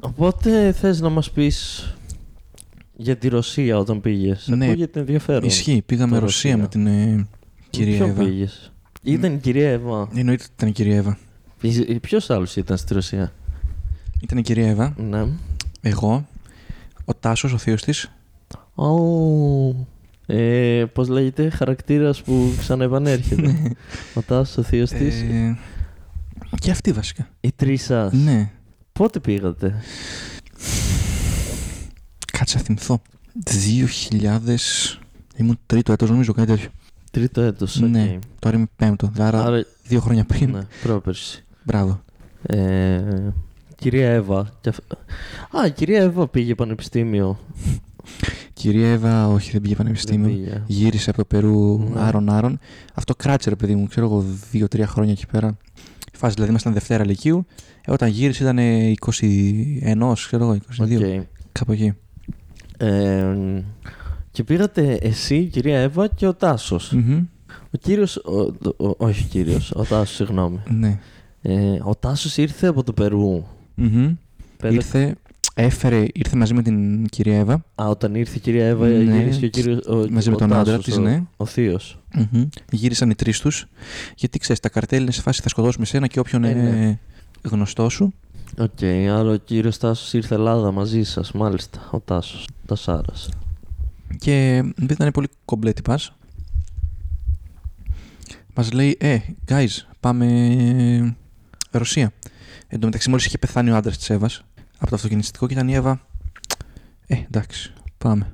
Οπότε θες να μας πεις για τη Ρωσία όταν πήγες. Ναι. Ακούγεται ενδιαφέρον. Ισχύει. Πήγαμε Το Ρωσία Ρωσία. με την ε, κυρία Ποιον Εύα. Ναι. πήγες. Ήταν η κυρία Εύα. Εννοείται ότι ήταν η κυρία Εύα. Ποιος άλλος ήταν στη Ρωσία. Ήταν η κυρία Εύα, Ναι. εγώ, ο Τάσος, ο θείος της. Ω, Ε, Πώς λέγεται, χαρακτήρας που Ναι. ξαναεπανέρχεται. ο Τάσος, ο θείος της. και αυτή βασικά. Οι τρεις σας. Ε, Ναι. Πότε πήγατε. Κάτσε να θυμηθώ. 2000. Ήμουν τρίτο έτος νομίζω, κάτι τέτοιο. Τρίτο έτος. Ναι. Τώρα είμαι πέμπτο, άρα Άρα, δύο χρόνια πριν. ναι, πρόπερση. Μπράβο. Ε, κυρία Εύα. και αυ- Α, η κυρία Εύα πήγε πανεπιστήμιο. Κυρία Εύα, όχι, δεν πήγε Δεν πανεπιστήμιο. πήγε. Γύρισε από το Περού Ναι. άρον-άρον. Αυτό κράτησε, ρε παιδί μου, ξέρω εγώ, δύο-τρία χρόνια εκεί πέρα. Η Φάση δηλαδή ήμασταν Δευτέρα Λυκείου. Ε, όταν γύρισε ήταν ε, 21, ξέρω εγώ, 22. Οκ. Κάπου εκεί. Ε, και πήγατε εσύ, η κυρία Εύα και ο Τάσος. Μμμ. Ο κύριος, ο, ο- όχι ο κύριος, ο Τάσος, συγγνώμη. Ναι. Ε, ο Τάσος ήρθε από το Περού. Μμμ. Πέρα- Ήρθε, έφερε, ήρθε μαζί με την κυρία Εύα. Α, όταν ήρθε η κυρία Εύα, Ναι, γύρισε και ο κύριος, ο, μαζί με ο τον άντρα Τάσος, της, ο- ναι. Ο θείος. Μμμ. Γύρισαν οι τρεις τους. Γιατί ξέρεις, τα καρτέλ είναι σε φάση θα σκοτώσουμε σένα και όποιον Ε, είναι γνωστό σου. Οκ, άρα ο κύριος Τάσος ήρθε Ελλάδα μαζί σας, μάλιστα, ο Τάσος, Τασάρας. Και επειδή ήταν πολύ κομπλέ τυπάς, μας λέει: Ε, guys, πάμε Ρωσία. Εν τω μεταξύ, μόλις είχε πεθάνει ο άντρας της Εύας από το αυτοκινηστικό και ήταν η Εύα. Ε, εντάξει, πάμε.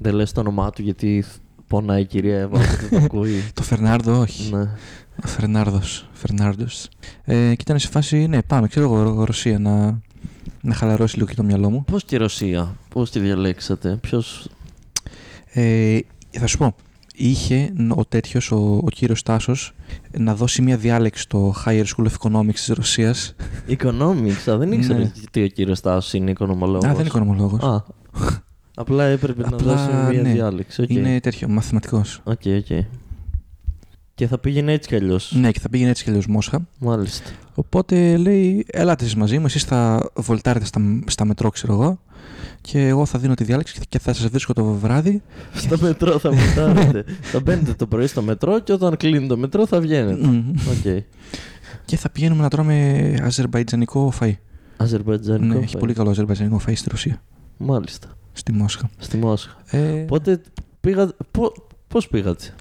Δεν λες το όνομά του γιατί πονάει η κυρία Εύα, δεν το ακούει. Το Φερνάρδο, όχι. ναι. Ο Φερνάρδος, Φερνάρντος. Ε, και ήταν σε φάση, ναι, πάμε, ξέρω εγώ, Ρω- Ρωσία να, να χαλαρώσει λίγο και το μυαλό μου. Πώς και η Ρωσία, πώς τη διαλέξατε, ποιος... Ε, θα σου πω, είχε ν- ο τέτοιος, ο, ο κύριος Τάσος, να δώσει μια διάλεξη στο Higher School of Economics της Ρωσίας. Economics, α, δεν ήξερα Ναι. τι ο κύριος Τάσος είναι οικονομολόγος. Α, δεν είναι οικονομολόγος. Α, απλά έπρεπε να Απλά, δώσει μια ναι. διάλεξη. Οκ, Είναι τέτοιο, μαθηματικός. οκ. οκ. Και θα πήγαινε έτσι κι αλλιώς. Ναι, και θα πήγαινε έτσι και αλλιώς Μόσχα. Μάλιστα. Οπότε λέει, ελάτε εσείς μαζί μου, εσείς θα βολτάρετε στα, στα μετρό, ξέρω εγώ, και εγώ θα δίνω τη διάλεξη και θα σας βρίσκω το βράδυ. Στο μετρό θα βουτάρετε. θα μπαίνετε το πρωί στο μετρό και όταν κλείνει το μετρό θα βγαίνετε. Μμμ. Οκ. Και θα πηγαίνουμε να τρώμε αζερβαϊτζανικό φαΐ. Αζερβαϊτζανικό. Ναι, έχει φαΐ. πολύ καλό αζερβαϊτζανικό φαΐ στη Ρωσία, Μάλιστα. στη Μόσχα. Στη Μόσχα. Ε, Πότε πήγατε. Πώς πήγατε,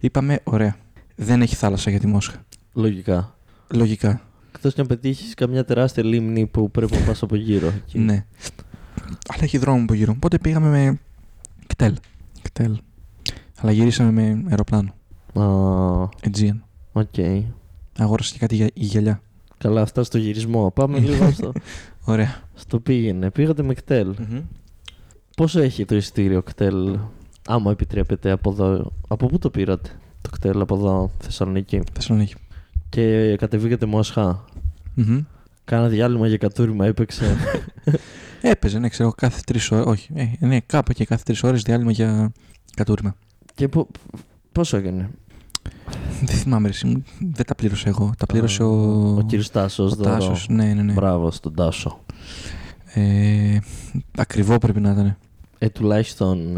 Είπαμε, ωραία. Δεν έχει θάλασσα για τη Μόσχα. λογικά. Λογικά. Εκτός και αν πετύχεις καμιά τεράστια λίμνη που πρέπει να πας από γύρω. εκεί. Ναι. Αλλά έχει δρόμο από γύρω. Οπότε πήγαμε με κτέλ. κτέλ. Αλλά γυρίσαμε με αεροπλάνο. Α, Aegean. Οκ. Αγόρασα και κάτι για η γυαλιά. Καλά, αυτά στο γυρισμό. Πάμε Ναι. λίγο στο, Ωραία. στο πήγαινε. Πήγατε με κτέλ. Πόσο έχει το εισιτήριο κτέλ, άμα επιτρέπετε, από εδώ. Από πού το πήρατε το κτέλ, από εδώ, Θεσσαλονίκη. Θεσσαλονίκη. Και κατεβήκατε Μόσχα. Μμμ. Κάνα διάλειμμα για κατούριμα, έπαιξε. Έπαιζε, ναι, ξέρω, κάθε τρεις ώρες. Όχι, ε, ναι, κάπου εκεί κάθε τρεις ώρες διάλειμμα για κατούριμα. και πο, πόσο έκανε. Δεν θυμάμαι, ρε, εσύ μου. δεν τα πλήρωσα εγώ. Τα πλήρωσε Α, ο. Ο κύριος Τάσος. Ο Τάσος, ναι, ναι, ναι. Μπράβο στον Τάσο. Ε, ακριβό πρέπει να ήταν. Ε, τουλάχιστον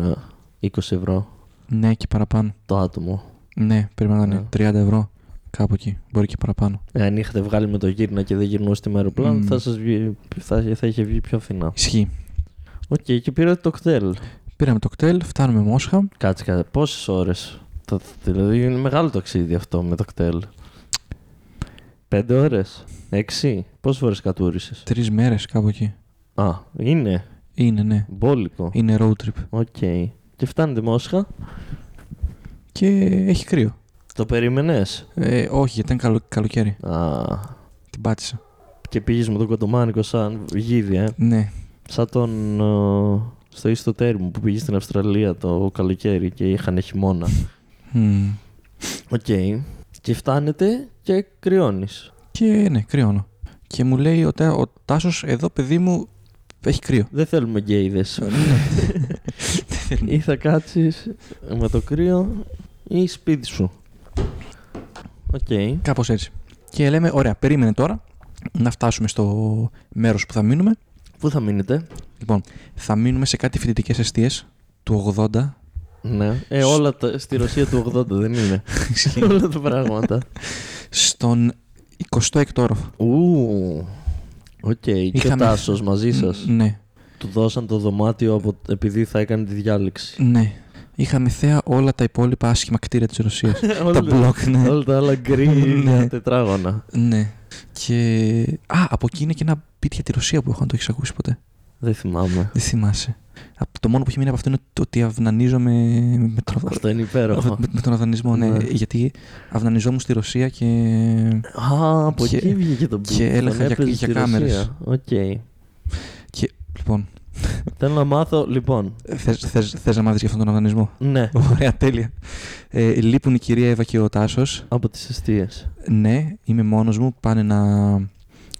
ε, 20 ευρώ Ναι, και παραπάνω. το άτομο. Ναι, πρέπει να Ναι. ήταν 30 ευρώ. Κάπου εκεί. Μπορεί και παραπάνω. Εάν Ε, είχατε βγάλει με το γύρνα και δεν γυρνούσατε με αεροπλάνο, Μμ. θα, σας βγει, θα, θα είχε βγει πιο φθηνά. Ισχύει. Οκ, και πήρατε το κτέλ. Πήραμε το κτέλ, φτάνουμε Μόσχα. Κάτσε, κάτσε. Πόσες ώρες. Δηλαδή είναι μεγάλο ταξίδι αυτό με το κτέλ. Πέντε ώρες. Έξι. Πόσες φορέ κατούρισες. Τρεις μέρες κάπου εκεί. Α, είναι. Είναι, ναι. Μπόλικο. Είναι road trip. Οκ. Και φτάνετε Μόσχα. Και έχει κρύο. Το περίμενες. Ε, όχι, γιατί ήταν καλο- καλοκαίρι. Α. Την πάτησα. Και πήγες με τον Κοντομάνικο σαν γίδι, ε. Ναι. Σαν τον. ε, στο ίστο τέρμο που πήγες στην Αυστραλία το καλοκαίρι και είχαν χειμώνα. Μμμ. Οκ. Και φτάνετε και κρυώνεις. Και ναι, κρυώνω. Και μου λέει ο, Τά- ο Τάσος, εδώ παιδί μου, έχει κρύο. Δεν θέλουμε γκέιδε. Ναι. ή θα κάτσεις με το κρύο ή σπίτι σου. Οκ. Κάπως έτσι. Και λέμε, ωραία, περίμενε τώρα. να φτάσουμε στο μέρος που θα μείνουμε. Πού θα μείνετε. Λοιπόν, θα μείνουμε σε κάτι φοιτητικές αιστείες του 80. Ναι. Ε, όλα τα, στη Ρωσία του 80 δεν είναι. όλα τα πράγματα. Στον 26ο όροφο. Ου. Οκ. Και ο Είχαμε- Τάσος μαζί σας. Ναι, Του δώσαν το δωμάτιο από... επειδή θα έκανε τη διάλεξη. ναι. Είχαμε θέα όλα τα υπόλοιπα άσχημα κτίρια της Ρωσίας. τα μπλοκ, ναι. Όλα τα άλλα γκρι Ναι. τετράγωνα. ναι. Και. Α, από εκεί είναι και ένα πίτια τη Ρωσία που έχω, αν το έχεις ακούσει ποτέ. Δεν θυμάμαι. Δεν θυμάσαι. Απ' Το μόνο που έχει μείνει από αυτό είναι το ότι αυνανίζομαι με τον, Αυτό είναι με, υπέροχο. με τον αυνανισμό, ναι. Ναι. Γιατί αυνανιζόμουν στη Ρωσία και. Α, από Και- εκεί βγήκε το μπλοκ. και έλεγχα για- για κάμερες. Οκ. Λοιπόν, Θέλω να μάθω, λοιπόν. θες, θες, θες να μάθεις για αυτόν τον αυνανισμό. Ναι, Ωραία, τέλεια. Ε, λείπουν η κυρία Εύα και ο Τάσος. από τις αιστείες. Ναι, είμαι μόνος μου. Πάνε να.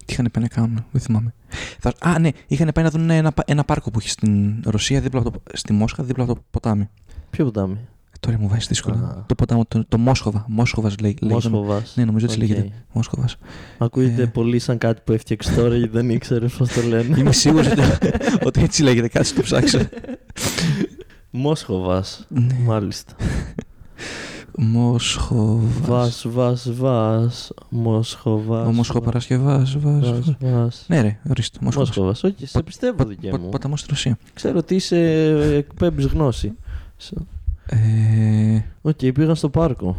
Τι είχαν πάει να κάνουν, δεν θυμάμαι. Θα... Α, ναι, είχαν πάει να δουν ένα, πα- ένα πάρκο που έχει στην Ρωσία, δίπλα από το... στη Μόσχα, δίπλα από το ποτάμι. Ε, Ποιο ποτάμι. Τώρα μου βάζεις δύσκολα. Α. Το ποτάμι, το, το Μόσχοβα. Μόσχοβας λέει. λέγεται. Μόσχοβας. Ναι, νομίζω έτσι Οκ. λέγεται. Μόσχοβας. Ακούγεται Ε. πολύ σαν κάτι που έφτιαξε τώρα γιατί δεν ήξερε πώς το λένε. Είμαι σίγουρος ότι, ότι έτσι λέγεται. Κάτσε το ψάξω. Μόσχοβας. ναι. Μάλιστα. Μόσχοβας. Βα, βα, βα. Μόσχοβας. Ο Μόσχοπαρασκευά. Ναι, ρε, ορίστε. Μόσχοβας. Μόσχοβας. Όχι, σε Πο- πιστεύω, δικαί μου. Ποταμός στη Ρωσία. Ξέρω ότι είσαι εκπέμπεις γνώση. Σε- Ε, Οκ, πήγαν στο πάρκο.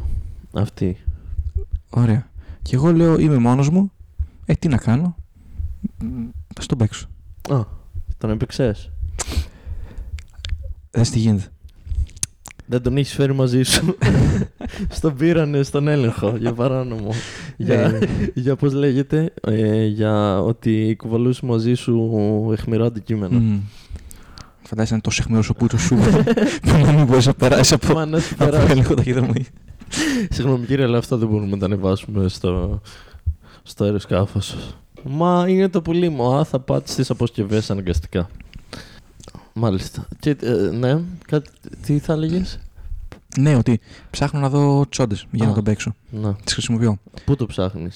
Αυτοί. Ωραία. Και εγώ λέω είμαι μόνος μου. Ε, τι να κάνω. Μ, Ας τον παίξω. Α, τον έπαιξες. Δεν τι γίνεται. Δεν τον έχεις φέρει μαζί σου. στον πήρανε στον έλεγχο για παράνομο. για, Ε, για πώς λέγεται, ε, για ότι κουβαλούσε μαζί σου αιχμηρά αντικείμενα. μ. Φαντάζεσαι να είναι τόσο αιχμηρός ο πούτσος σου που να μην μπορείς να περάσεις από Μα να σου από περάσει. έλεγχο ταχυδρομή. Συγγνώμη κύριε, αλλά αυτά δεν μπορούμε να τα ανεβάσουμε στο, στο αεροσκάφος. Μα είναι το πουλί μου. Α, θα πάτε στις αποσκευές αναγκαστικά. Μάλιστα. Και, ε, ναι, κάτι, τι θα έλεγες. Ναι, ότι ψάχνω να δω τσόντες για Α. να τον παίξω. Να. Τις χρησιμοποιώ Πού το ψάχνεις,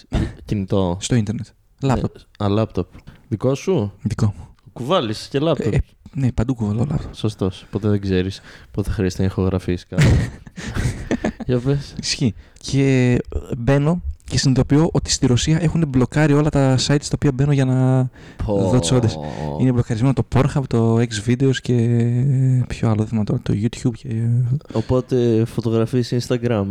κινητό. στο ίντερνετ. Λάπτοπ. Ε, α, λάπτοπ. Δικό σου. Δικό μου. Κουβάλεις και λάπτοπ. Ε, Ναι, παντού κουβαλώ λάπτοπ. Σωστός. Ποτέ δεν ξέρεις πότε θα χρειαστεί να ηχογραφήσει κάτι. Για πες. Ισχύει. Και ε, μπαίνω και συνειδητοποιώ ότι στη Ρωσία έχουν μπλοκάρει όλα τα sites στα οποία μπαίνω για να. Εδώ τσόντες. Είναι μπλοκαρισμένο το Pornhub, το X-Videos και. Ποιο άλλο δεν θυμάμαι τώρα, το YouTube. Και... Οπότε φωτογραφίε Instagram.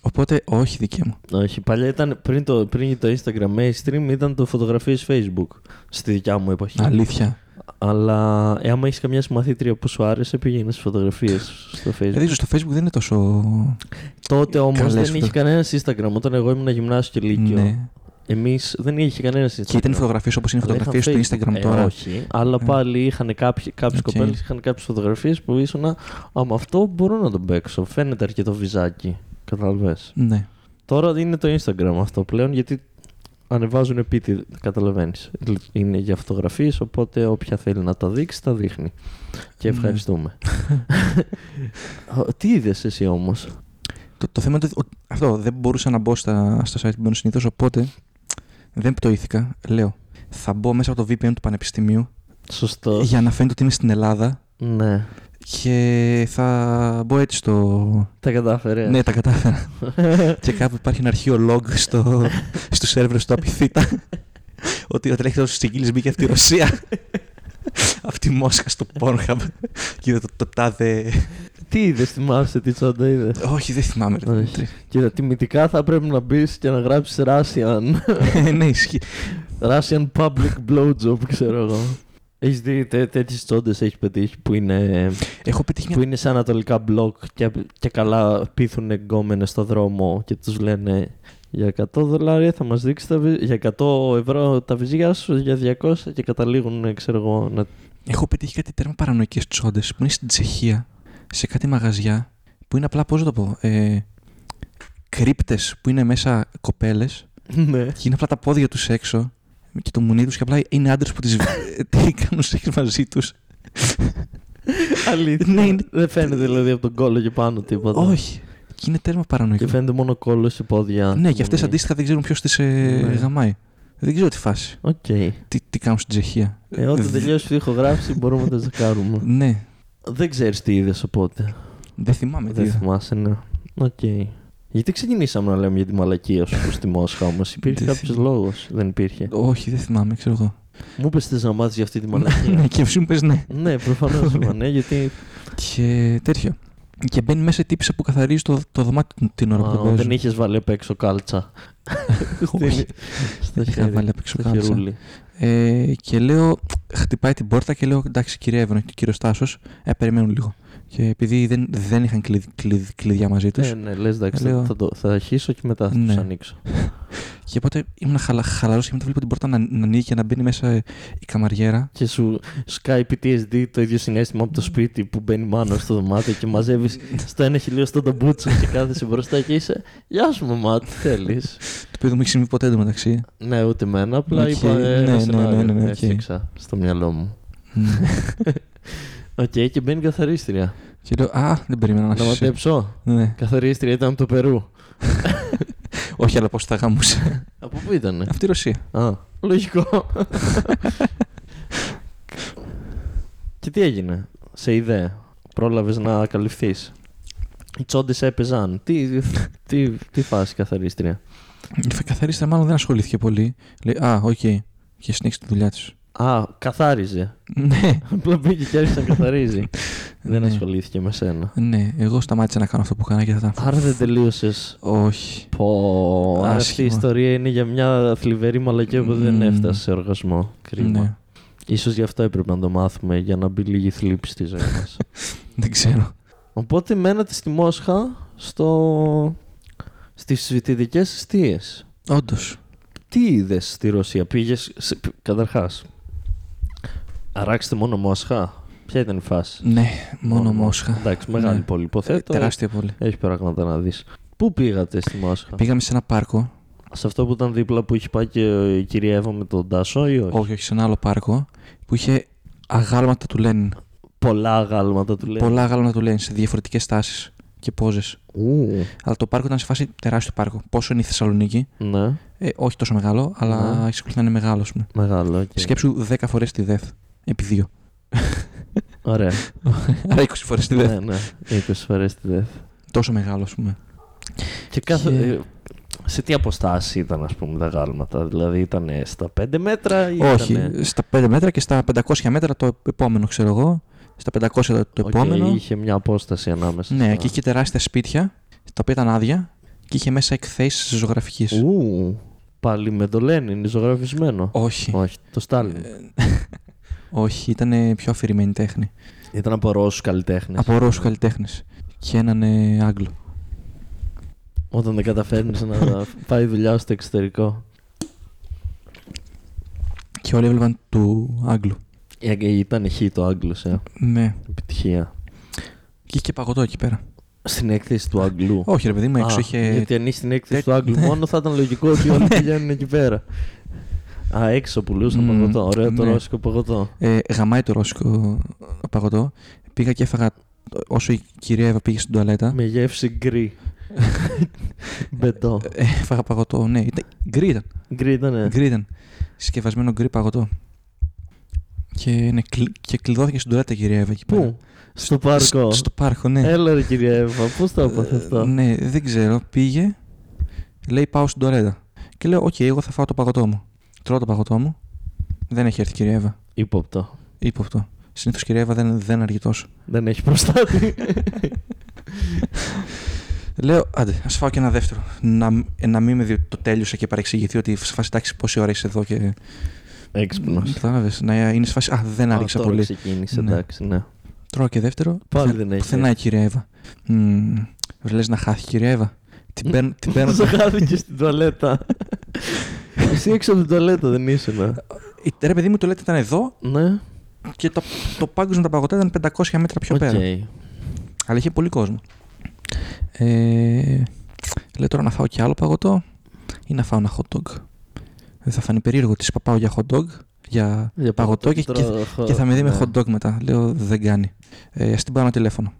Οπότε, όχι δική μου. Όχι, παλιά ήταν πριν το, πριν το Instagram mainstream ήταν το φωτογραφίες Facebook στη δικιά μου εποχή. Αλήθεια. Αλλά ε, άμα έχεις καμιά συμμαθήτρια που σου άρεσε, πήγαινε στις φωτογραφίες στο Facebook. Δηλαδή, στο Facebook δεν είναι τόσο. Τότε όμως καλές δεν είχε κανένας Instagram. Όταν εγώ ήμουν γυμνάσιο και Λύκειο, Ναι. εμείς δεν είχε κανένας Instagram. Και ήταν φωτογραφίες όπως είναι οι Αλλά είχαν φωτογραφίες του Facebook. Instagram Ε, τώρα. όχι, αλλά Ε. πάλι είχαν κάποιε κάποιες Οκ. κοπέλες, είχαν κάποιες φωτογραφίες που ήσουν. Α, με αυτό μπορώ να τον παίξω. Φαίνεται αρκετό βυζάκι. Κατάλαβες. Ναι. Τώρα είναι το Instagram αυτό πλέον γιατί ανεβάζουν επίτη, καταλαβαίνεις. Είναι για φωτογραφίες, οπότε όποια θέλει να τα δείξει, τα δείχνει. Και Ναι. ευχαριστούμε. Ο, Τι είδες εσύ όμως. Το, το θέμα είναι ότι ο- αυτό δεν μπορούσα να μπω στα, στα site που μπαίνω συνήθως, οπότε δεν πτωήθηκα. Λέω, θα μπω μέσα από το VPN του Πανεπιστημίου Σωστός. για να φαίνεται ότι είμαι στην Ελλάδα Ναι. και θα μπω έτσι στο. Τα κατάφερες. Ναι, τα κατάφερα. και κάπου υπάρχει ένα αρχείο log στο, στου σερβέρ του Απιθύτα ότι ο τελευταίος συγκύλη μπήκε από τη Ρωσία. από τη Μόσχα στο Pornhub και είδε το, το τάδε. Τι είδες, θυμάσαι, τι τσάντα είδες. Όχι, δεν θυμάμαι. ρε, Όχι. Δημήτρη. Κοίτα, τιμητικά θα πρέπει να μπεις και να γράψεις Russian. ναι, ισχύει. Russian public blowjob, ξέρω εγώ. Έχεις δει τέτοιες τσόντες έχεις πετύχει που είναι. Έχω πετύχει μια που είναι σε ανατολικά μπλοκ και, και καλά πείθουν γκόμενε στο δρόμο και τους λένε για 100 δολάρια θα μας δείξεις τα βυ- για 100 ευρώ τα βυζιά σου, για 200 και καταλήγουν, ξέρω εγώ, να... Έχω πετύχει κάτι τέρμα παρανοϊκές τσόντες που είναι στην Τσεχία, σε κάτι μαγαζιά, που είναι απλά, πώς να το πω, ε, κρύπτες που είναι μέσα κοπέλες ναι. και είναι απλά τα πόδια τους έξω και το μουνί του και απλά είναι άντρε που τις τι κάνουν σεξ μαζί τους. Αλήθεια. Ναι, είναι- Δεν φαίνεται δηλαδή από τον κόλλο και πάνω τίποτα. Όχι. Και είναι τέρμα παρανοϊκό. Και φαίνεται μόνο κόλλος σε πόδια. Ναι, και αυτές αντίστοιχα δεν ξέρουν ποιος τις ε, Ναι. γαμάει. Δεν ξέρω τι φάση. Οκ. Τι, τι κάνουν στην Τσεχία. Ε, όταν Δ- τελειώσει η ηχογράφηση μπορούμε να τα ζεκάρουμε. Ναι, Δεν ξέρεις τι είδες οπότε. δεν θυμάμαι τι Δεν είδα. θυμάσαι, ναι. Οκ. Γιατί ξεκινήσαμε να λέμε για τη μαλακία σου στη Μόσχα όμως. Υπήρχε Δεν κάποιος λόγος. Δεν υπήρχε. Όχι, δεν θυμάμαι, ξέρω εγώ. Μου είπες θες να μάθεις για αυτή τη μαλακία. Ναι, και εσύ μου πες ναι. ναι, προφανώς. ναι, γιατί. Και τέτοιο. Και μπαίνει μέσα η τύπησα που καθαρίζει το, το δωμάτιο την ώρα που Α, το παίζουν. δεν είχες βάλει απ' έξω κάλτσα. Όχι. Στο Είχα χέρι. βάλει απ' έξω Στο κάλτσα. χερούλι. Ε, και λέω, χτυπάει την πόρτα και λέω: Εντάξει, κύριε Εύρο και κύριο Τάσο, ε, περιμένουν λίγο. Και επειδή δεν, δεν είχαν κλειδ, κλειδ- κλειδιά μαζί τους, Ε, ναι, λες, εντάξει, Λέω- θα, το, θα αρχίσω και μετά θα Ναι. του ανοίξω. και οπότε ήμουν χαλα, χαλαρός και μετά βλέπω την πόρτα να, να ανοίγει και να μπαίνει μέσα η καμαριέρα. Και σου σκάει PTSD το ίδιο συνέστημα από το σπίτι που μπαίνει μάνα στο δωμάτιο και μαζεύεις στο ένα χιλιοστό τον μπούτσο και κάθεσαι μπροστά και είσαι. Γεια σου, μαμά, τι θέλεις. Το οποίο δεν μου έχει συμβεί ποτέ εντωμεταξύ. ναι, ούτε εμένα, απλά Οκ, είπα. Ε, ναι, ένα ναι, σενάριο ναι, ναι, ναι, οκ. έφτιαξα στο μυαλό μου. Ναι. Οκ, και μπαίνει καθαρίστρια. και λέω: Α, δεν περίμενα να Να σου μαντέψω. ναι. Καθαρίστρια ήταν από το Περού. Όχι, αλλά πώς τα γάμουσα. Από πού ήτανε. Αυτή η Ρωσία. Α, λογικό. και τι έγινε, σε είδε, πρόλαβες να καλυφθείς. Οι τσόντες έπαιζαν. Τι, τι, τι φάση καθαρίστρια. Η καθαρίστρα μάλλον δεν ασχολήθηκε πολύ. Λέει: Α, οκ. Και συνέχισε τη δουλειά της. Α, καθάριζε. ναι, Απλά μπήκε και άρχισε να καθαρίζει. δεν Ναι. ασχολήθηκε με σένα. ναι, εγώ σταμάτησα να κάνω αυτό που έκανα και θα ήταν. Άρα δεν τελείωσες. Όχι. Πω, άρα αυτή η Άσχημα. ιστορία είναι για μια θλιβερή μαλακία που δεν Μμμ. έφτασε σε οργασμό. Κρίμα. Ναι, Ίσως γι' αυτό έπρεπε να το μάθουμε, για να μπει λίγη θλίψη στη ζωή μας. δεν ξέρω. Οπότε μένατε στη Μόσχα στο... στις φοιτητικές αιστείες. Όντως. Τι είδες στη Ρωσία, πήγες... Σε... π- Καταρχάς, αράξτε μόνο Μόσχα. Ποια ήταν η φάση. Ναι, μόνο Μόσχα. Εντάξει, μεγάλη Ναι. πόλη υποθέτω. Τεράστια πόλη. Έχει πράγματα να δεις. Πού πήγατε στη Μόσχα, Πήγαμε σε ένα πάρκο. σε αυτό που ήταν δίπλα που είχε πάει και η κυρία Εύα με τον Τάσο ή όχι. Όχι, όχι, σε ένα άλλο πάρκο που είχε αγάλματα του Λένιν. Πολλά γάλματα του λέει. Πολλά αγάλματα του Λένιν σε διαφορετικές τάσεις και πόζες. Ου, Αλλά το πάρκο ήταν σε φάση τεράστιο πάρκο. Πόσο είναι η Θεσσαλονίκη, ναι, ε, όχι τόσο μεγάλο, αλλά Ναι. εξακολουθεί να είναι μεγάλο. ας πούμε. μεγάλο. οκ. Σκέψου 10 φορές τη ΔΕΘ. Επί δύο. Ωραία. Άρα 20 φορές τη ΔΕΘ. ναι, ναι. 20 φορές τη ΔΕΘ. Τόσο μεγάλο, ας πούμε. Και κάθε... Και- ε, Σε τι αποστάση ήταν, ας πούμε, τα γάλματα, δηλαδή ήταν στα 5 μέτρα ή Όχι, ε, ήτανε- στα 5 μέτρα και στα 500 μέτρα το επόμενο, ξέρω εγώ. Στα 500 το, το Οκ, επόμενο. είχε μια απόσταση ανάμεσα. Ναι, στα- και είχε τεράστια σπίτια, τα οποία ήταν άδεια και είχε μέσα εκθέσεις ζωγραφικής. Ου, πάλι με το Λένιν, ζωγραφισμένο. Όχι. Ε, Όχι, το Στάλιν. Όχι, ήταν πιο αφηρημένη τέχνη. Ήταν από Ρώσους καλλιτέχνες. Από Ρώσους καλλιτέχνες. Και έναν ε, Άγγλο. Όταν δεν καταφέρνεις να πάει δουλειά στο εξωτερικό. Και όλοι έβλεπαν του Άγγλου. Ε, ε, Ήταν χ το Άγγλος, ε. Ναι. Επιτυχία. Και είχε και παγωτό εκεί πέρα. Στην έκθεση του Αγγλού. Όχι, ρε παιδί μου, έξω Α, είχε. Γιατί αν είσαι στην έκθεση Τε- του Άγγλου ναι. μόνο θα ήταν λογικό ότι όλοι πηγαίνουν εκεί πέρα. Α, έξω πουλούσαν Μμμ, παγωτό. Ωραίο το ναι. ρώσικο παγωτό. Ε, γαμάει το ρώσικο παγωτό. Πήγα και έφαγα όσο η κυρία Εύα πήγε στην τουαλέτα. Με γεύση γκρι. Μπετό. ε, Έφαγα παγωτό, ναι. Ήταν... Γκρι ήταν. Γκρι ήταν. Γκρι ήταν. Συσκευασμένο γκρι παγωτό. Και, ναι, κλει- και κλειδώθηκε στην τουαλέτα η κυρία Εύα εκεί πέρα. Πού? Στο πάρκο. Σ- ναι. Στο πάρκο, ναι. Έλα ρε κυρία Εύα, πώς το έπαθε Ε, αυτό. ναι, δεν ξέρω. Πήγε, λέει πάω στην τουαλέτα. Και λέω, Οκ, εγώ θα φάω το παγωτό μου. Τρώω το παγωτό μου. Δεν έχει έρθει η κυρία Εύα. Υπόπτω. Είπε αυτό. Συνήθως η κυρία Εύα δεν, δεν αργεί τόσο. Δεν έχει προστάτη. Λέω, άντε, ας φάω και ένα δεύτερο. Να, μ- ε, να μην με δει ότι το τέλειωσα και παρεξηγηθεί ότι σε φάση εντάξει, πόση ώρα είσαι εδώ και. Έξυπνος. Κατάλαβες, Να είναι σε φάση. Α, δεν Α, άριξα τώρα πολύ. ξεκίνησε, Ναι. εντάξει, ναι. Τρώω και δεύτερο. Πάλι Πουθε- δεν έχει Πουθενά η κυρία Εύα. Μμμ, Λες να χάθη η κυρία Εύα. Την παίρνω. Την παίρνω Ζαχάθηκε στην τουαλέτα. Εσύ έξω από την τουαλέτα δεν ήσουν. Η- Ε, Ρε παιδί μου το λέτε ήταν εδώ Ναι. και το, το πάγκο με τα παγωτά ήταν 500 μέτρα πιο Οκ. πέρα. Αλλά είχε πολύ κόσμο. Ε, λέω τώρα να φάω και άλλο παγωτό ή να φάω ένα hot dog. Δεν θα φανεί περίεργο ότι είπα πάω για hot dog, για, Για παγωτό και, και, τρώω- και θα με δει με ναι. hot dog μετά. Λέω δεν κάνει. Ε, ας την πάρω ένα τηλέφωνο.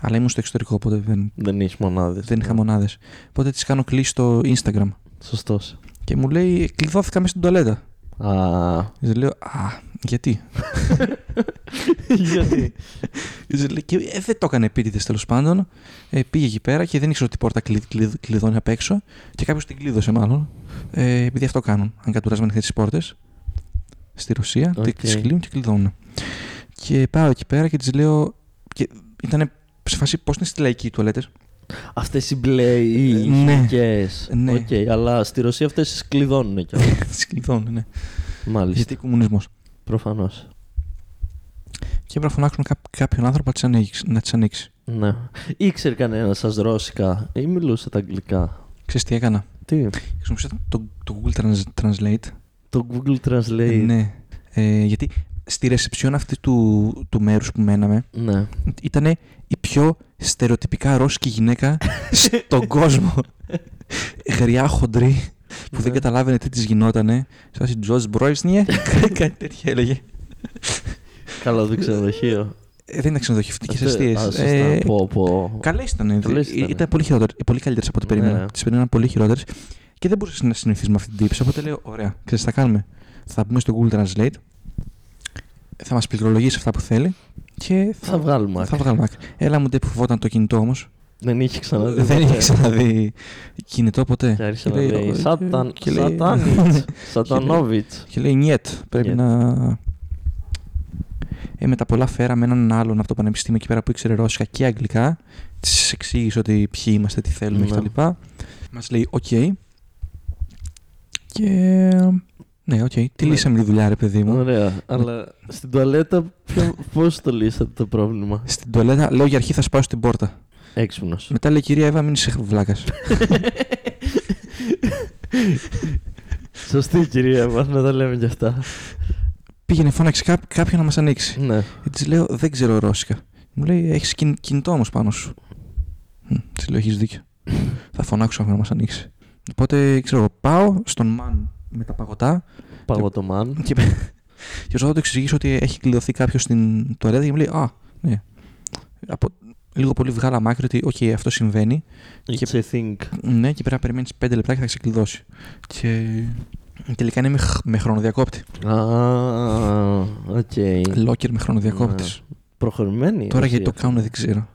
Αλλά ήμουν στο εξωτερικό οπότε δεν, ναι. Δεν έχει μονάδες. δεν είχα μονάδες. Οπότε τη κάνω κλείσει στο Instagram. Σωστός. Και μου λέει, κλειδώθηκα μέσα στην τουαλέτα. Α, Της λέω, Α, γιατί. γιατί. Της λέω, και ε, δεν το έκανε επίτηδες τέλος πάντων. Ε, πήγε εκεί πέρα και δεν ήξερε ότι η πόρτα κλει, κλει- κλειδώνει απ' έξω. Και κάποιος την κλείδωσε μάλλον. Ε, επειδή αυτό κάνουν. Αν κατουράζουν ανοιχτέ τις πόρτες στη Ρωσία, okay. Οκ. τι κλείνουν και κλειδώνουν. Και πάω εκεί πέρα και της λέω. Και ήταν σε φάση πώς είναι στη λαϊκή οι τουαλέτες. Αυτές οι μπλε οι Ε, ναι. χημικές. Ναι. Οκ, αλλά στη Ρωσία αυτές τις κλειδώνουν κι αυτά. τι κλειδώνουν, ναι. Μάλιστα, Γιατί κομμουνισμός. προφανώς. Και έπρεπε να φωνάξουν κά- κάποιον άνθρωπο να τις ανοίξει. Να τις ανοίξει. Ναι. Ήξερε κανένας σας ρώσικα ή μιλούσε τα αγγλικά. Ξέρεις τι έκανα. Τι, Χρησιμοποίησα το, το Google Trans- Translate. το Google Translate. Ναι. Ε, γιατί στη ρεσεψιόν αυτή του, του μέρους που μέναμε ναι. ήταν η πιο στερεοτυπικά ρώσικη γυναίκα στον κόσμο. Γριά χοντρή που δεν Ναι. καταλάβαινε τι της γινότανε. Σαν η Τζος Μπρόισνιε, κάτι τέτοια έλεγε. Καλό το ξενοδοχείο. Ε, δεν ήταν ξενοδοχευτικές Αυτό- α, αστείες. σωστά. Ε, Πω, πω. Καλές ήταν. Καλές ήταν. ήτανε. ήταν πολύ, χειρότερες- πολύ καλύτερες από ό,τι Ναι. περίμενα. Τις περίμενα πολύ χειρότερες. Και δεν μπορούσα να συνηθίσει με αυτή την τύψη. Οπότε λέω, ωραία, ξέρεις τι θα κάνουμε. Θα μπούμε στο Google Translate. Θα μας πληρολογήσει αυτά που θέλει. Και θα, Θα βγάλουμε θα άκρη. βγάλουμε άκρη. Έλα μου ντε που φοβόταν το κινητό όμως. Δεν είχε ξαναδεί. δεν ποτέ. είχε ξαναδεί κινητό ποτέ. Και άρχισε να λέει, λέει «Ω, Σαταν, και λέει- Σατάνιτς, Σατανόβιτς. Και λέει νιέτ, πρέπει Νιέτ. να... Ε, μετά πολλά φέραμε έναν άλλον από το πανεπιστήμιο εκεί πέρα που ήξερε ρώσικα και αγγλικά. Της εξήγησε ότι ποιοι είμαστε, τι θέλουμε Ναι. κτλ. Μας λέει, οκ. Και. Ναι, οκ. Τι Ναι. λύσαμε τη δουλειά, ρε παιδί μου. Ωραία, αλλά στην τουαλέτα ποιο- πώς το λύσατε το πρόβλημα. Στην τουαλέτα λέω για αρχή θα σπάσω την πόρτα. Έξυπνος. Μετά λέει, κυρία Εύα, μην είσαι βλάκας. Σωστή κυρία μας, να τα λέμε κι αυτά. Πήγαινε φώναξε κά- κάποιον να μας ανοίξει. Ναι. Της λέω, δεν ξέρω ρώσικα. Μου λέει, έχεις κινητό όμως πάνω σου. Μμ, Της λέω, έχεις δίκιο. Θα φωνάξω κάποιον να μας ανοίξει. Οπότε, ξέρω εγώ, πάω στον μαν με τα παγωτά Πάγω το μαν. και, και προσπαθώ να του εξηγήσω ότι έχει κλειδωθεί κάποιος στην τουαλέτα και μου λέει, Α, ναι. Από λίγο πολύ βγάλα μάκρυ ότι, οκ, αυτό συμβαίνει. It's a thing. Ναι, και πρέπει να περιμένεις 5 λεπτά και θα ξεκλειδώσει. Και τελικά είναι με, χ- με χρονοδιακόπτη. Α, οκ. Λόκερ με χρονοδιακόπτης. Ναι. Προχωρημένη. Τώρα όχι γιατί το αυτή. κάνουν δεν ξέρω.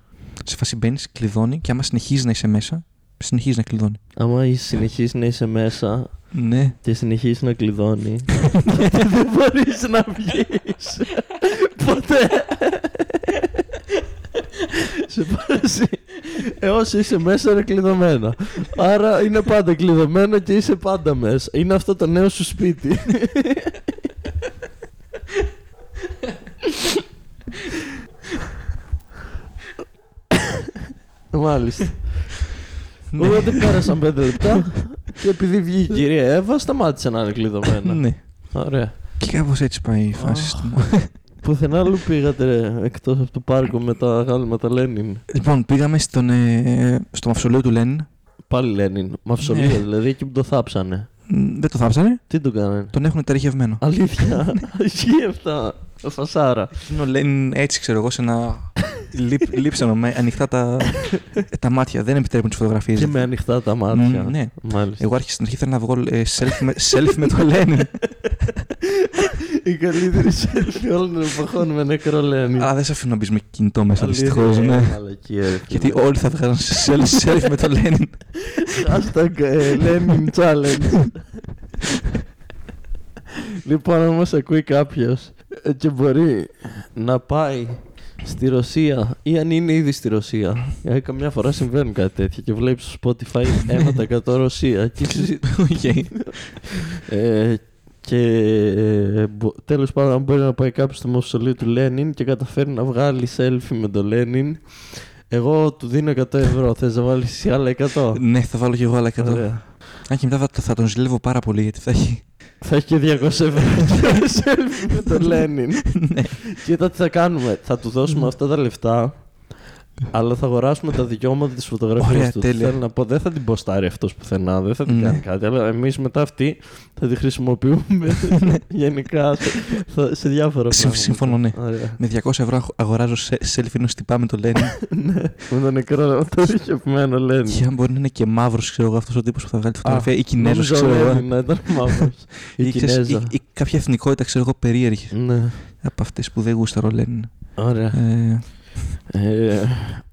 Σε φάση μπαίνεις, κλειδώνει και άμα συνεχίζεις να είσαι μέσα, συνεχίζεις να κλειδώνει. Άμα συνεχίσει να είσαι μέσα Ναι. και συνεχίσει να κλειδώνει, τότε δεν μπορείς να βγεις. Ποτέ. Σε φάση. Ε, όσοι είσαι μέσα είναι κλειδωμένα. Άρα είναι πάντα κλειδωμένο και είσαι πάντα μέσα. Είναι αυτό το νέο σου σπίτι. Μάλιστα. Ναι. Οπότε πέρασαν πέντε λεπτά και επειδή βγήκε η κυρία Εύα, σταμάτησε να είναι κλειδωμένα. ναι. Ωραία. Και κάπως έτσι πάει η φάση. Αχ. στην- Πουθενά άλλου πήγατε εκτός από το πάρκο με τα γάλματα Λένιν. λοιπόν, πήγαμε στον, ε, στο μαυσολείο του Λένιν. Πάλι Λένιν. Μαυσολείο Ναι. δηλαδή, εκεί που το θάψανε. Μ, Δεν το θάψανε, Τι του κάνανε. τον έχουν ταρχευμένο. Αλήθεια. Ισχύει αυτά. Φασάρα. Είναι ο Λένιν έτσι, ξέρω εγώ, σε ένα λίπ- λείψανο με ανοιχτά τα, τα μάτια. Δεν επιτρέπουν τις φωτογραφίες. Και με ανοιχτά τα μάτια. Μ, ναι. Μάλιστα. Εγώ άρχισα στην αρχή ήθελα να βγω ε, selfie, με, selfie με το Λένιν. Η καλύτερη selfie όλων των εποχών με νεκρό Λένιν. Αλλά δεν σε αφήνω να μπεις με κινητό μέσα, Αλήθεια, δυστυχώς. ε, Ναι. μαλακία, ρε, φίλε. Γιατί όλοι θα βγάλουν σε selfie- selfie με το Λένιν. Hashtag ε, Lenin Challenge. λοιπόν, αν μας ακούει κάποιος ε, και μπορεί να πάει στη Ρωσία ή αν είναι ήδη στη Ρωσία. Γιατί καμιά φορά συμβαίνουν κάτι τέτοιο και βλέπεις στο Spotify 1% Ρωσία. Και, συζη- Οκ. ε, και ε, μπο- τέλος πάντων, αν μπορεί να πάει κάποιος στο μαυσολείο του Λένιν και καταφέρει να βγάλει selfie με τον Λένιν, εγώ του δίνω 100 ευρώ. Θες να βάλεις εσύ άλλα 100. Ναι, θα βάλω κι εγώ άλλα 100. Ωραία. Αν και μετά θα, θα τον ζηλεύω πάρα πολύ γιατί θα έχει. Θα έχει και 200 ευρώ και ένα selfie με τον Λένιν. ναι. Κοίτα τι θα κάνουμε. Θα του δώσουμε αυτά τα λεφτά. αλλά θα αγοράσουμε τα δικαιώματα της φωτογραφίας Ωραία, τους. τέλεια. Θέλω να πω, δεν θα την ποστάρει αυτός πουθενά, δεν θα την Ναι. κάνει κάτι. Αλλά εμείς μετά αυτή θα τη χρησιμοποιούμε γενικά σε, θα- σε διάφορα Συμ- πράγματα. Ναι. συμφωνώ, ναι. Ωραία. Με 200 ευρώ αγο- αγοράζω σε, selfie ενός τυπά με το Λένιν. Με τον νεκρό, το ρηχευμένο λένε. και αν μπορεί να είναι και μαύρος, ξέρω εγώ, αυτός ο τύπος που θα βγάλει τη φωτογραφία. ή Κινέζος, Νόμιζα ξέρω Λένιν εγώ. να ήταν μαύρος. Ή Ή, ξέρεις, Κινέζα. ή- ή κάποια εθνικότητα, ξέρω εγώ, περίεργη. Ναι. Από αυτές που δεν γούσταρο ο Λένιν. Ωραία. Ε, Ε,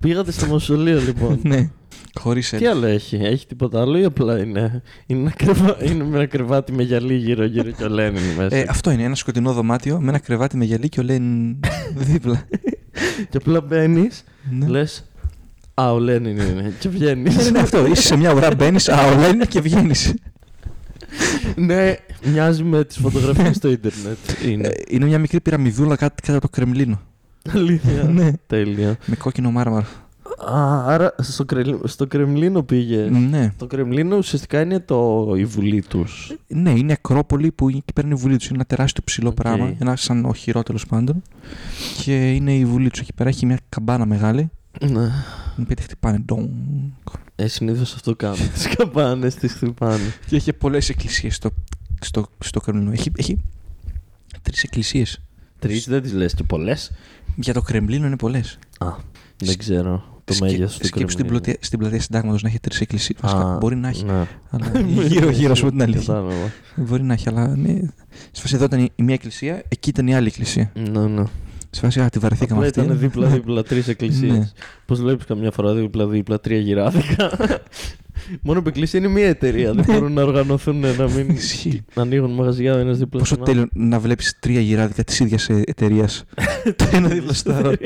Πήγατε στο μausoleo λοιπόν. ναι. Χωρίς selfie. Τι άλλο έχει, έχει τίποτα άλλο ή απλά είναι. Είναι ένα, κρεβά... είναι με ένα κρεβάτι με γυαλί γύρω-γύρω και ο Λένιν μέσα. Ε, αυτό είναι ένα σκοτεινό δωμάτιο με ένα κρεβάτι με γυαλί και ο Λένιν δίπλα. και απλά μπαίνεις, ναι. λες λε. Α, ο Λένιν είναι. Και βγαίνεις. Ναι, ναι, ναι, αυτό. Είσαι σε μια ουρά, μπαίνεις, α, ο Λένιν και βγαίνεις. ναι, μοιάζει με τις φωτογραφίες στο Ιντερνετ. Είναι. Ε, είναι μια μικρή πυραμιδούλα κάτω, κάτω από το Κρεμλίνο. Αλήθεια. ναι. Τέλεια. Με κόκκινο μάρμαρο. Α, άρα στο, Κρελ- στο Κρεμλίνο πήγε. ναι. Το Κρεμλίνο ουσιαστικά είναι το... η βουλή τους. Ναι, είναι ακρόπολη που εκεί πέρα είναι η βουλή τους. Είναι ένα τεράστιο ψηλό Οκ. πράγμα. Ένα σαν οχυρό τέλος πάντων. Και είναι η βουλή τους. Εκεί πέρα έχει μια καμπάνα μεγάλη. Ναι. Την οποία τη χτυπάνε. Ντόγκ. Ε, Συνήθως αυτό κάνουν. Τις καμπάνες τις χτυπάνε. Και έχει πολλές εκκλησίες στο, στο, στο Κρεμλίνο. Έχει, έχει τρεις εκκλησίες. Τρεις δεν τις λες και πολλές. Για το Κρεμλίνο είναι πολλές. Δεν ξέρω το μέγεθος του Σκέψου στην Κρεμλίνου. πλατεία, στην πλατεία συντάγματος να έχει τρεις εκκλησίες. Α, Μπορεί να έχει. ναι. Αλλά γύρω-γύρω, ας πούμε την αλήθεια. Κατάλαβα. Μπορεί να έχει, αλλά. Ναι. Σε φάση εδώ ήταν η η μία εκκλησία, εκεί ήταν η άλλη εκκλησία. Ναι, ναι. Σε φάση, α, τη βαρεθήκαμε Απλά αυτή. ήταν δίπλα-δίπλα τρεις εκκλησίες. Ναι. Πώς βλέπεις καμιά φορά δίπλα-δίπλα τρία γυράδικα. Μόνο που η εκκλησία είναι μία εταιρεία. Ναι. Δεν μπορούν να οργανωθούν να μην Ισχύει. να ανοίγουν μαγαζιά ο ένας δίπλα Πόσο στον άλλον. τέλειο να βλέπεις τρία γυράδικα της ίδιας εταιρείας. Το ένα δίπλα στο άλλο.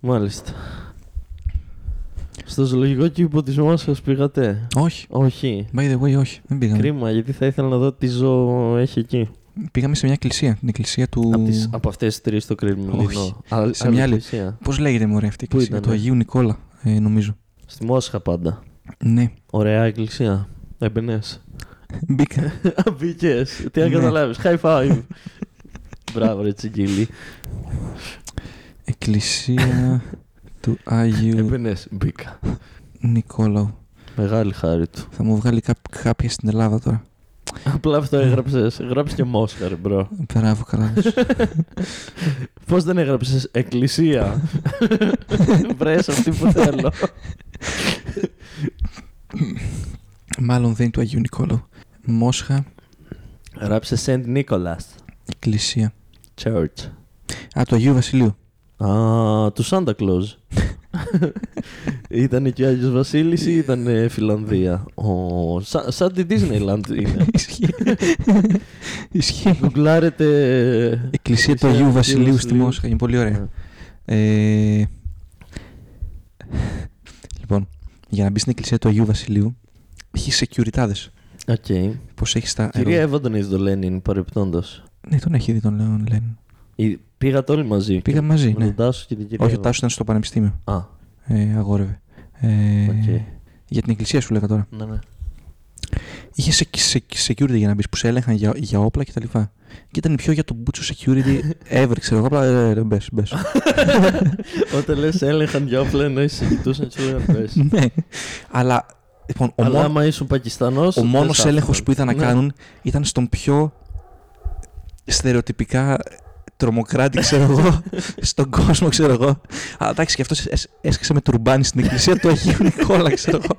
Μάλιστα. Στο ζωολογικό κήπο τη Μόσχα πήγατε. Όχι. Όχι. By the way, όχι. Δεν πήγαμε. Κρίμα, γιατί θα ήθελα να δω τι ζώο έχει εκεί. Πήγαμε σε μια εκκλησία. Την εκκλησία του. Από, τις, από αυτές τις τρεις στο Όχι. Κρεμλίνο. Α- Σε μια άλλη. εκκλησία. Πώς λέγεται μωρέ αυτή η Πού εκκλησία. ήτανε? Του Αγίου Νικόλα, ε, νομίζω. Στη Μόσχα πάντα. Ναι. Ωραία εκκλησία. Έμπαινες. Μπήκα. Μπήκες. Τι αν Ναι. καταλάβεις. High five. Μπράβο, ρε τσιγκίλι. εκκλησία του Αγίου Έμπαινες. Μπήκα. Νικόλαου. Μεγάλη χάρη του. Θα μου βγάλει κά- κάποια στην Ελλάδα τώρα. Απλά αυτό έγραψες. Γράψε και Μόσχα, ρε μπρο. Μπράβο, καλά. Πώς δεν έγραψες εκκλησία. Βρες αυτή που θέλω. Μάλλον δεν είναι του Αγίου Νικόλαου. Μόσχα, Γράψες Σεντ Νίκολας. εκκλησία. Church. Α, του Αγίου Βασιλείου. Α, του Σάντα Κλόζ. ήταν και ο Άγιος Βασίλης ή ήταν ε, Φιλανδία. Ω, σα- σαν τη Disneyland είναι. Ισχύει. Ισχύει. Γκουγκλάρετε... Εκκλησία του Αγίου Βασιλείου στη Μόσχα. Είναι πολύ ωραία. Ε, λοιπόν, για να μπει στην εκκλησία του Αγίου Βασιλείου, έχει security. Οκ. Πώς έχεις Κυρία τα. αεροδρόμια. Εύα τον είδε το Λένιν παρεπτόντος. Ναι, τον έχει δει τον Λέον Λέν. Ή- Πήγατε όλοι μαζί. Πήγαμε μαζί, Με ναι. τον Τάσο και την κυρία Όχι, ο Εύα. Τάσος ήταν στο πανεπιστήμιο. Α, Ε, αγόρευε. Ε, οκ. Για την εκκλησία σου λέγα τώρα. Ναι, ναι. Είχε σε- σε- security για να μπεις που σε έλεγχαν για, για όπλα κτλ. Και, ήταν πιο για το μπούτσο security ever, ξέρω εγώ. Απλά ε, ε, μπες, μπες. Όταν λες έλεγχαν για όπλα ενώ σε κοιτούσαν και σου λέγανε πες. ναι. Αλλά λοιπόν, ο, Αλλά μόνο, άμα ήσουν Πακιστανός... ο δεν μόνος σ' έλεγχος άφηναν. που ήταν να Ναι. κάνουν ήταν στον πιο στερεοτυπικά τρομοκράτη, ξέρω εγώ, στον κόσμο, ξέρω εγώ. Αλλά εντάξει, και αυτός έσκασε με τουρμπάνι στην εκκλησία του Αγίου Νικόλα, ξέρω εγώ.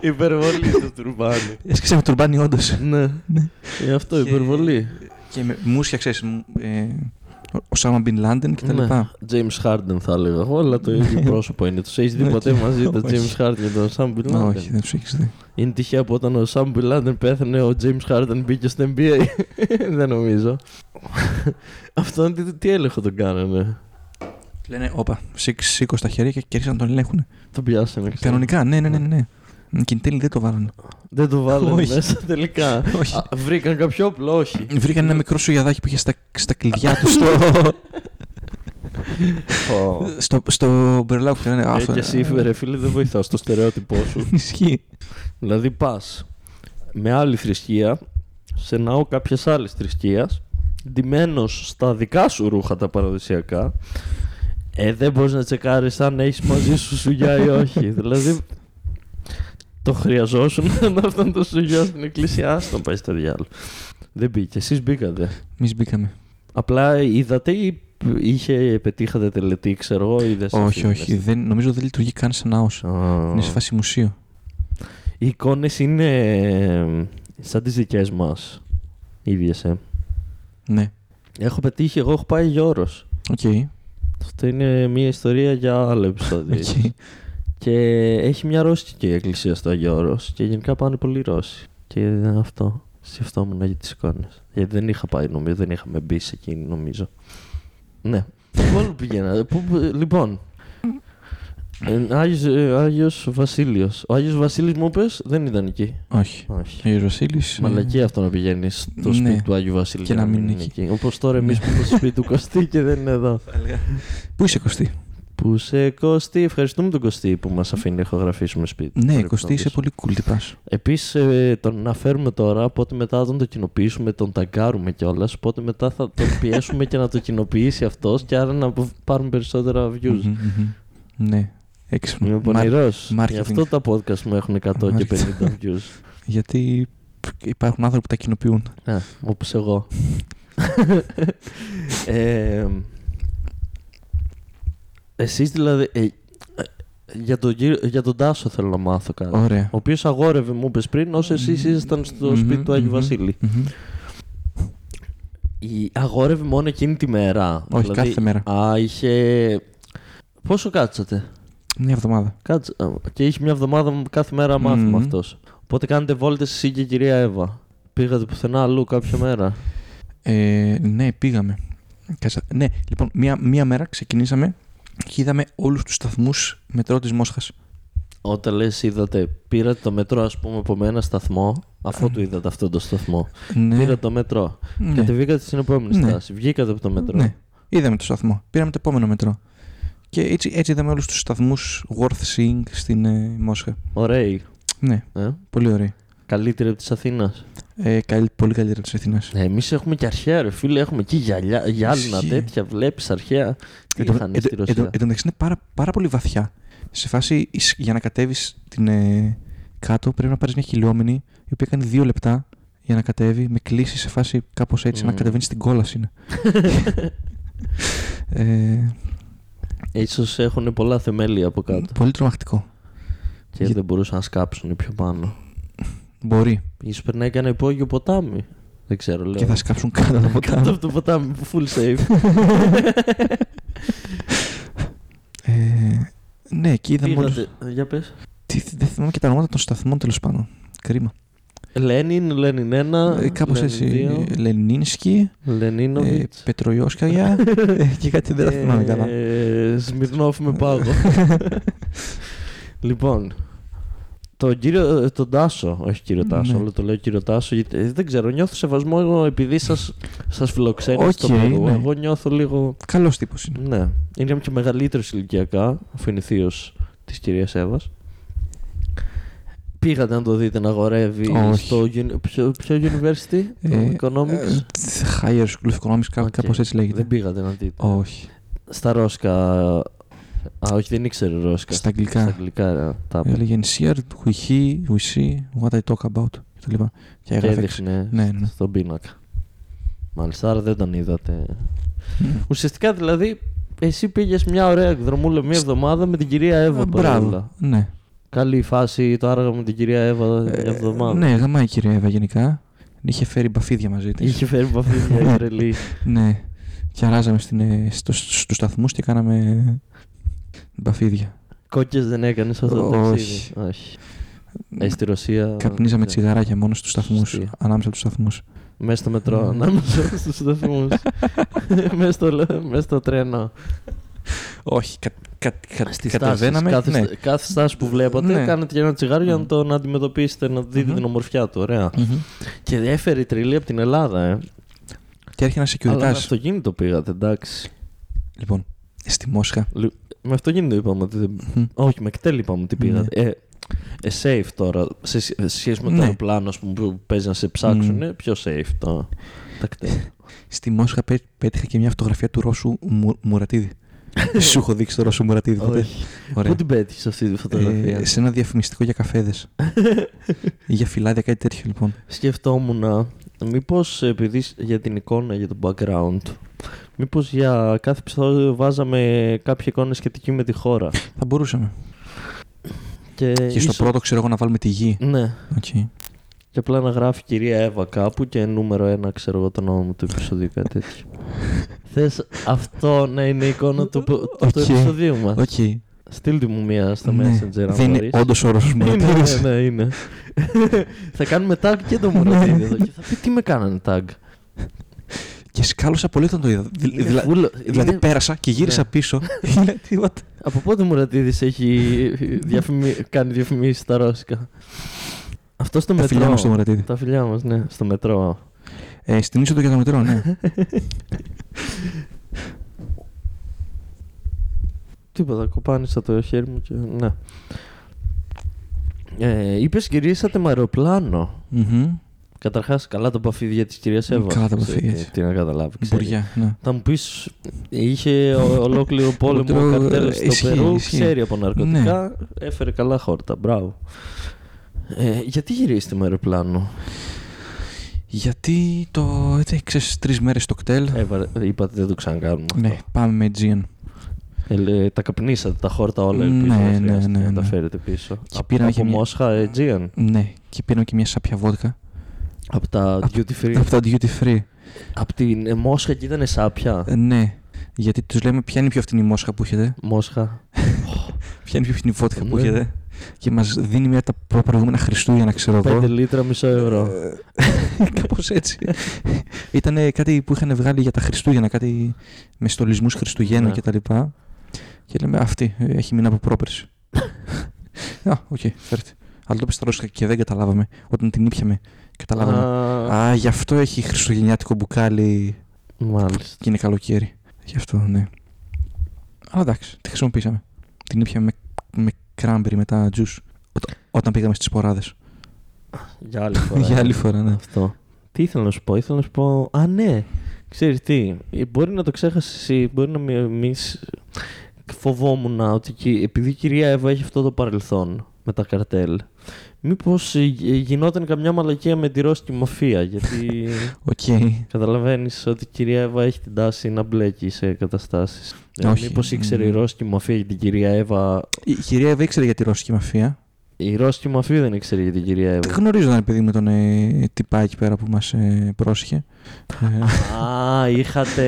Υπερβολή του τουρμπάνι. Έσκασε με τουρμπάνι, όντως. Ναι. Ε, αυτό, Και- υπερβολή. Και με μουσια, ξέρεις, ε, ο Σάμα Μπιν Λάντεν κτλ. Ναι. James Harden θα έλεγα εγώ, αλλά το ίδιο πρόσωπο είναι. Τους έχεις δει Ναι, ποτέ και- μαζί τον όχι. James Harden και τον Sam Bin Laden. Όχι, δεν τους έχεις δει. Είναι τυχαία που όταν ο Sam Bin Laden πέθανε, ο James Harden μπήκε στο NBA. δεν νομίζω. Αυτόν τι, τι έλεγχο τον κάνανε. Λένε, όπα, σήκ- σήκω στα χέρια και κέρδισαν να τον ελέγχουν. Τον πιάσανε. ξέρω. Κανονικά, ναι, ναι, ναι. ναι. Και εν τέλει δεν το βάλανε. Δεν το βάλανε Όχι. μέσα τελικά. Όχι. Α, βρήκαν κάποιο όπλο, όχι. Βρήκαν ένα μικρό σουγιαδάκι που είχε στα, στα κλειδιά του στο, Ω. στο, στο μπερλάου που λένε. Ε, «Α, αυτό και εσύ, ρε φίλε, δεν βοηθάω στο στερεότυπό σου. Ισχύει. Δηλαδή πας με άλλη θρησκεία σε ναό κάποιας άλλης θρησκείας ντυμένος στα δικά σου ρούχα τα παραδοσιακά, ε, δεν μπορείς να τσεκάρεις αν έχεις μαζί σου σουγιά ή όχι. δηλαδή, το χρειαζόσουν να έρθουν το σουγιά στην εκκλησιά. Στον πάει στο διάλογο. Δεν μπήκε. Εσείς μπήκατε. Εμείς μπήκαμε. Απλά είδατε ή είχε, πετύχατε τελετή, ξέρω εγώ, είδες όχι, αφήμες. όχι. Δεν, νομίζω δεν λειτουργεί καν σαν ναός. Α. Είναι σε φάση μουσείο. Οι εικόνες είναι ε, σαν τις δικές μας. Ίδιες, ε. Ναι. Έχω πετύχει, εγώ έχω πάει Γιώρος. Οκ. Αυτό είναι μια ιστορία για άλλο επεισόδιο. Οκ. Και έχει μια ρώσικη εκκλησία στο Αγιο Όρος και γενικά πάνε πολλοί Ρώσοι. Και αυτό. Σκεφτόμουν για τις εικόνες. Γιατί δεν είχα πάει, νομίζω, δεν είχαμε μπει σε εκείνη, νομίζω. Ναι. Μόνο πηγαίνα. Πού- πού- Λοιπόν. Ε, Άγιος, ε, Άγιος Βασίλειος. Ο Άγιος Βασίλης μου είπες δεν ήταν εκεί. Όχι. Όχι. Ο Βασίλης. ε, Μαλακή αυτό να πηγαίνει στο σπίτι Ναι. του Άγιου Βασίλη Και να μην Ναι. είναι εκεί. Όπως τώρα εμείς που είμαστε στο σπίτι του Κωστή και δεν είναι εδώ. Πού είσαι Κωστή. Που σε Κωστή, ευχαριστούμε τον Κωστή που μας αφήνει να ηχογραφήσουμε σπίτι. Ναι, Πρέπει να Κωστή είσαι πεις. πολύ cool τυπάς. Επίσης, ε, τον αναφέρουμε τώρα, οπότε μετά τον το κοινοποιήσουμε, τον ταγκάρουμε κιόλας. Οπότε μετά θα τον πιέσουμε και να το κοινοποιήσει αυτός και άρα να πάρουμε περισσότερα views. Μμμ, μμμ. Ναι. Έξυπνο. Είμαι Μα- πονηρός. marketing. Γι' αυτό τα podcast μου έχουν 100 και 50 views. Γιατί υπάρχουν άνθρωποι που τα κοινοποιούν. Ναι, όπως εγώ. ε, εσείς δηλαδή. ε, ε, για, τον, κύριο- για τον Τάσο θέλω να μάθω κάτι. Ωραία. Ο οποίος αγόρευε, μου είπες πριν, όσο εσείς ήσασταν στο Μμμ, σπίτι του Άγιου μμμ, Βασίλη. μμμ. Η, αγόρευε μόνο εκείνη τη μέρα. δηλαδή, Όχι, κάθε μέρα. Α, είχε. Πόσο κάτσατε. Μια εβδομάδα. Κάτσα... α, Και είχε μια εβδομάδα κάθε μέρα μάθημα Μμμ. αυτός. αυτό. Οπότε κάνετε βόλτες εσύ και η κυρία Εύα. Πήγατε πουθενά αλλού κάποια μέρα. Ε, ναι, πήγαμε. Κάτσε. Ναι, λοιπόν, μία, μία μέρα ξεκινήσαμε και είδαμε όλους τους σταθμούς μετρό της Μόσχας. Όταν λες είδατε, πήρατε το μετρό ας πούμε από ένα σταθμό, αφού του είδατε αυτόν τον σταθμό, Ναι, πήρατε το μετρό, ναι, κατεβήκατε στην επόμενη Ναι. στάση, βγήκατε από το μετρό. ναι. Είδαμε το σταθμό. Πήραμε το επόμενο μετρό. Και έτσι, έτσι είδαμε όλους τους σταθμούς worth seeing στην ε, Μόσχα. Ωραίοι. Ναι, Ε? πολύ ωραία. Καλύτερη από τη Αθήνας. Ε, καλή, πολύ καλύτερα της Αθήνας. Ε, Εμείς έχουμε και αρχαία, ρε φίλε. Έχουμε και γυαλιά, γυάλινα Ναι. Ισχύει. Ε, τέτοια. Βλέπεις αρχαία. Τι Εν τω- είχαν εν τω- στη εν τω- Ρωσία. Εν τω μεταξύ είναι πάρα, πάρα πολύ βαθιά. Σε φάση εις- για να κατέβεις την ε, κάτω πρέπει να πάρεις μια χιλιόμενη η οποία κάνει δύο λεπτά για να κατέβει με κλίση σε φάση κάπως έτσι να Μμμ. κατεβαίνεις στην κόλαση. Είναι. ε, Ίσως έχουν πολλά θεμέλια από κάτω. πολύ τρομακτικό. και Για- δεν μπορούσαν να σκάψουν πιο πάνω. Μπορεί. Ίσως περνάει και ένα υπόγειο ποτάμι. Δεν ξέρω, λέω. Και θα σκάψουν κάτω από Κάτω τα από το ποτάμι, full safe. ε, ναι, εκεί είδαμε όλους... Είδατε, ε, για πες. Τι, δεν θυμάμαι και τα ονόματα των σταθμών τέλος πάντων. Κρίμα. Λένιν, Λένιν 1, Ε, Κάπως έτσι. Λενίνσκι, ε, Λενίνοβιτς. Πετροϊόσκαγια ε, και κάτι δεν τα θυμάμαι καλά. Ε, Σμυρνόφ με πάγο. λοιπόν, τον κύριο, τον Τάσο, όχι κύριο Τάσο, Ναι. αλλά το λέω κύριο Τάσο, γιατί ε, δεν ξέρω, νιώθω σεβασμό εγώ επειδή σας, σας φιλοξένησε Οκ, το παιδί. ναι. Εγώ νιώθω λίγο, Καλός τύπος είναι. ναι, είναι και μεγαλύτερος ηλικιακά, αφού είναι θείος της κυρίας Εύας. Πήγατε να το δείτε να αγορεύει Όχι. στο uni- ποιο, ποιο university, Ε, το economics. ε, Higher School of Economics, κά- Οκ. κάπως έτσι λέγεται. δεν πήγατε να δείτε. Όχι. Στα Ρώσκα. Α, όχι, δεν ήξερε Ρώσκα. Στα αγγλικά. Στα αγγλικά ε, τα είπε. Έλεγε Insured, we he, we she, what I talk about και τα λοιπά. Και Και έγραφε έξω. έδειχνε Ναι, ναι. στον πίνακα. Μάλιστα, άρα δεν τον είδατε. Μμ. Ουσιαστικά δηλαδή, εσύ πήγες μια ωραία εκδρομούλα μία εβδομάδα με την κυρία Εύα. Ε, παρόλα. Μπράβο. Ναι. Καλή φάση το άργα με την κυρία Εύα μια Ε, εβδομάδα. Ναι, γαμάει η κυρία Εύα γενικά. Είχε φέρει μπαφίδια μαζί της. Είχε φέρει επαφή μια Ισραηλή. Ναι. Και αράζαμε στην, ε, στο, στους σταθμούς και κάναμε Ε, μπαφίδια. Κόκκες δεν έκανες αυτό το Όχι. ταξίδι. Όχι. Ε, στη Ρωσία. Καπνίζαμε ναι. τσιγαράκια μόνο στους σταθμούς, Σωστή. ανάμεσα τους σταθμούς. Μέσα στο μετρό, Ναι. ανάμεσα στους σταθμούς. Μέσα στο τρένο. Όχι, κα, κα, κα, Στις κατεβαίναμε. στάσεις, Κάθε, ναι. στα- κάθε στάση που βλέπατε, Ναι. κάνετε και ένα τσιγάρο για να Μμμ. τον αντιμετωπίσετε, να δείτε Μμμ. την ομορφιά του. Ωραία. Μμμ. Και έφερε η τριλή από την Ελλάδα, ε. Και έρχεται ένα Αλλά με securitas. αυτοκίνητο πήγατε, εντάξει. Λοιπόν, στη Μόσχα. Με αυτοκίνητο είπαμε ότι. δεν- Μμμ. Όχι, με κτέλ είπαμε ότι Ναι. πήγατε. Ε, ε, safe τώρα. Σε, σε σχέση με το Ναι. ε, αεροπλάνο ας πούμε, που παίζει να σε ψάξουν, πιο safe το, τα κτέλ. Στη Μόσχα πέ- πέτυχα και μια φωτογραφία του Ρώσου Μου- Μουρατίδη. Σου έχω δείξει το Ρώσο Μουρατίδη. ποτέ? Όχι. Πού Ωραία. την πέτυχες αυτή τη φωτογραφία. Ε, σε ένα διαφημιστικό για καφέδες. για φυλάδια, κάτι τέτοιο λοιπόν. Σκεφτόμουν, μήπως επειδή σ- για την εικόνα, για το background, μήπως για κάθε επεισόδιο βάζαμε κάποια εικόνα σχετική με τη χώρα. Θα μπορούσαμε. Και, Και στο Ε, ίσως- πρώτο, ξέρω εγώ, να βάλουμε τη γη. Ναι. Okay. Και απλά να γράφει κυρία Εύα κάπου και νούμερο ένα, ξέρω εγώ το όνομα του επεισοδίου, κάτι τέτοιο. Θες αυτό να είναι η εικόνα του, του, του Οκ. επεισοδίου μας. Okay. Στείλτε μου μία στο Messenger, αν Ναι. Δεν είναι μπορείς. όντως ο Ρώσο Είναι, Μουρατίδη. ναι, ναι, είναι. θα κάνουμε tag και το Μουρατίδη εδώ και θα πει τι με κάνανε tag. Και σκάλωσα πολύ όταν το είδα. Δη- Είναι δηλα- full- Δηλαδή είναι- πέρασα και γύρισα Ναι. πίσω. Είναι τίποτα. Από πότε ο Μουρατίδης έχει διαφημι... κάνει διαφημίσεις στα ρώσικα. Αυτό στο Τα μετρό. Ε, φιλιά μου στο Μουρατίδη. Τα φιλιά μας, ναι, στο μετρό. Ε, Στην είσοδο για το μετρό, ναι. Τίποτα, κοπάνισα το χέρι μου και ναι. Ε, είπες γυρίσατε με αεροπλάνο. Μμμ. Καταρχάς, καλά τα παφίδια της κυρίας Εύα. Ναι, Καλά τα Ξέρεις παφίδια τι- της. Τι να καταλάβει. ξέρεις. Μπουριά, ναι. Θα μου πεις, είχε ο- ολόκληρο πόλεμο Ολόκληρο, καρτέλ ε, στο ισχύει, Περού, ισχύει. Ναι. ξέρει από ναρκωτικά, έφερε καλά χόρτα. Μπράβο. Ε, γιατί γυρίσετε με αεροπλάνο, Γιατί το. Έτσι, ξέρεις, τρεις μέρες το κτέλ. Έβα- Είπατε δεν το ξανακάνουμε. αυτό. Ναι, πάμε με GN. Ε, λέ, τα καπνίσατε τα χόρτα όλα, Ναι, ελπίζω ναι, να χρειάζεται ναι, να τα ναι. φέρετε πίσω. Και από πήραμε από και μια- Μόσχα, ε, Αιτζίαν, Ναι, και πήραμε και μια σάπια βότκα. από τα Από- Duty Free. Από τα duty free. Από την ε, Μόσχα και ήταν σάπια. Ε, ναι. Γιατί τους λέμε ποια είναι η πιο φθηνή μόσχα που έχετε, Μόσχα. ποια είναι η πιο φθηνή βότκα που Ναι. έχετε. Και μας δίνει μια τα προ- προηγούμενα Χριστούγεννα, ξέρω 5 εγώ. Ε, λίτρα, μισό ευρώ. Κάπως έτσι. Ήταν κάτι που είχαν βγάλει για τα Χριστούγεννα, κάτι με στολισμούς Χριστουγέννων Ναι. και τα λοιπά. Και λέμε αυτή ε, έχει μείνει από πρόπερση. Α, οκ, φέρτε. Αλλά το πες τα και δεν καταλάβαμε. Όταν την ήπιαμε, καταλάβαμε. Α, Α, γι' αυτό έχει χριστουγεννιάτικο μπουκάλι Μάλιστα. και είναι καλοκαίρι. Γι' αυτό, ναι. Αλλά εντάξει, τη χρησιμοποίησαμε. Την ήπιαμε με, με κράμπερι μετά juice. Ό- όταν πήγαμε στις ποράδες. Για άλλη φορά. Για άλλη φορά, ναι. Αυτό. Τι ήθελα να σου πω, ήθελα να σου πω. Α, ναι. Ξέρεις τι, ε, μπορεί να το ξέχασεις εσύ, μπορεί να μην εμείς φοβόμουν ότι κι- επειδή η κυρία Εύα έχει αυτό το παρελθόν με τα καρτέλ, μήπως ε, γι- γινόταν καμιά μαλακία με τη ρώσικη μαφία, γιατί Οκ. καταλαβαίνεις ότι η κυρία Εύα έχει την τάση να μπλέκει σε καταστάσεις. Ε, Όχι. Μήπως ήξερε η Μμμ. ρώσικη μαφία για την κυρία Εύα, Η κυρία Εύα ήξερε για τη ρώσικη μαφία. η ρώσικη μαφία δεν ήξερε για την κυρία Εύα. Γνωρίζονταν επειδή με τον ε, τυπά εκεί πέρα που μας ε, πρόσχε. Ε, Α, είχατε...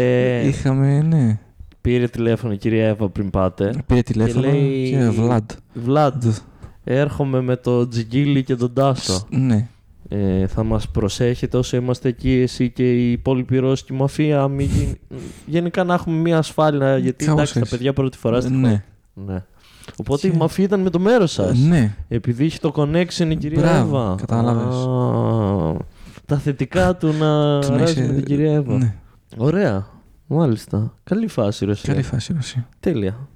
Είχαμε, ναι. Πήρε τηλέφωνο η κυρία Εύα πριν πάτε. Πήρε τηλέφωνο και, Ε. λέει- Βλάντ. Βλάντ, Ναι. έρχομαι με το Τζιγκίλι και τον Τάσο. Ναι. Ε, θα μας προσέχετε όσο είμαστε εκεί, εσύ και η υπόλοιπη Ρώσικη μαφία. Μη... γι- Γενικά να έχουμε μια ασφάλεια, Ε, γιατί Κάπως εντάξει, τα έτσι. παιδιά πρώτη φορά στη χώρα. ναι. Ναι. Οπότε η Και- μαφία ήταν με το μέρος σας. ναι. Επειδή είχε το connection η κυρία Μπράβο, Εύα. κατάλαβες. Α, Τα θετικά του να Του να αράζει είσαι- Ε, με την κυρία Εύα. Ναι. Ωραία. Μάλιστα. Καλή φάση η Ρωσία. Καλή φάση, Ρωσία. Τέλεια.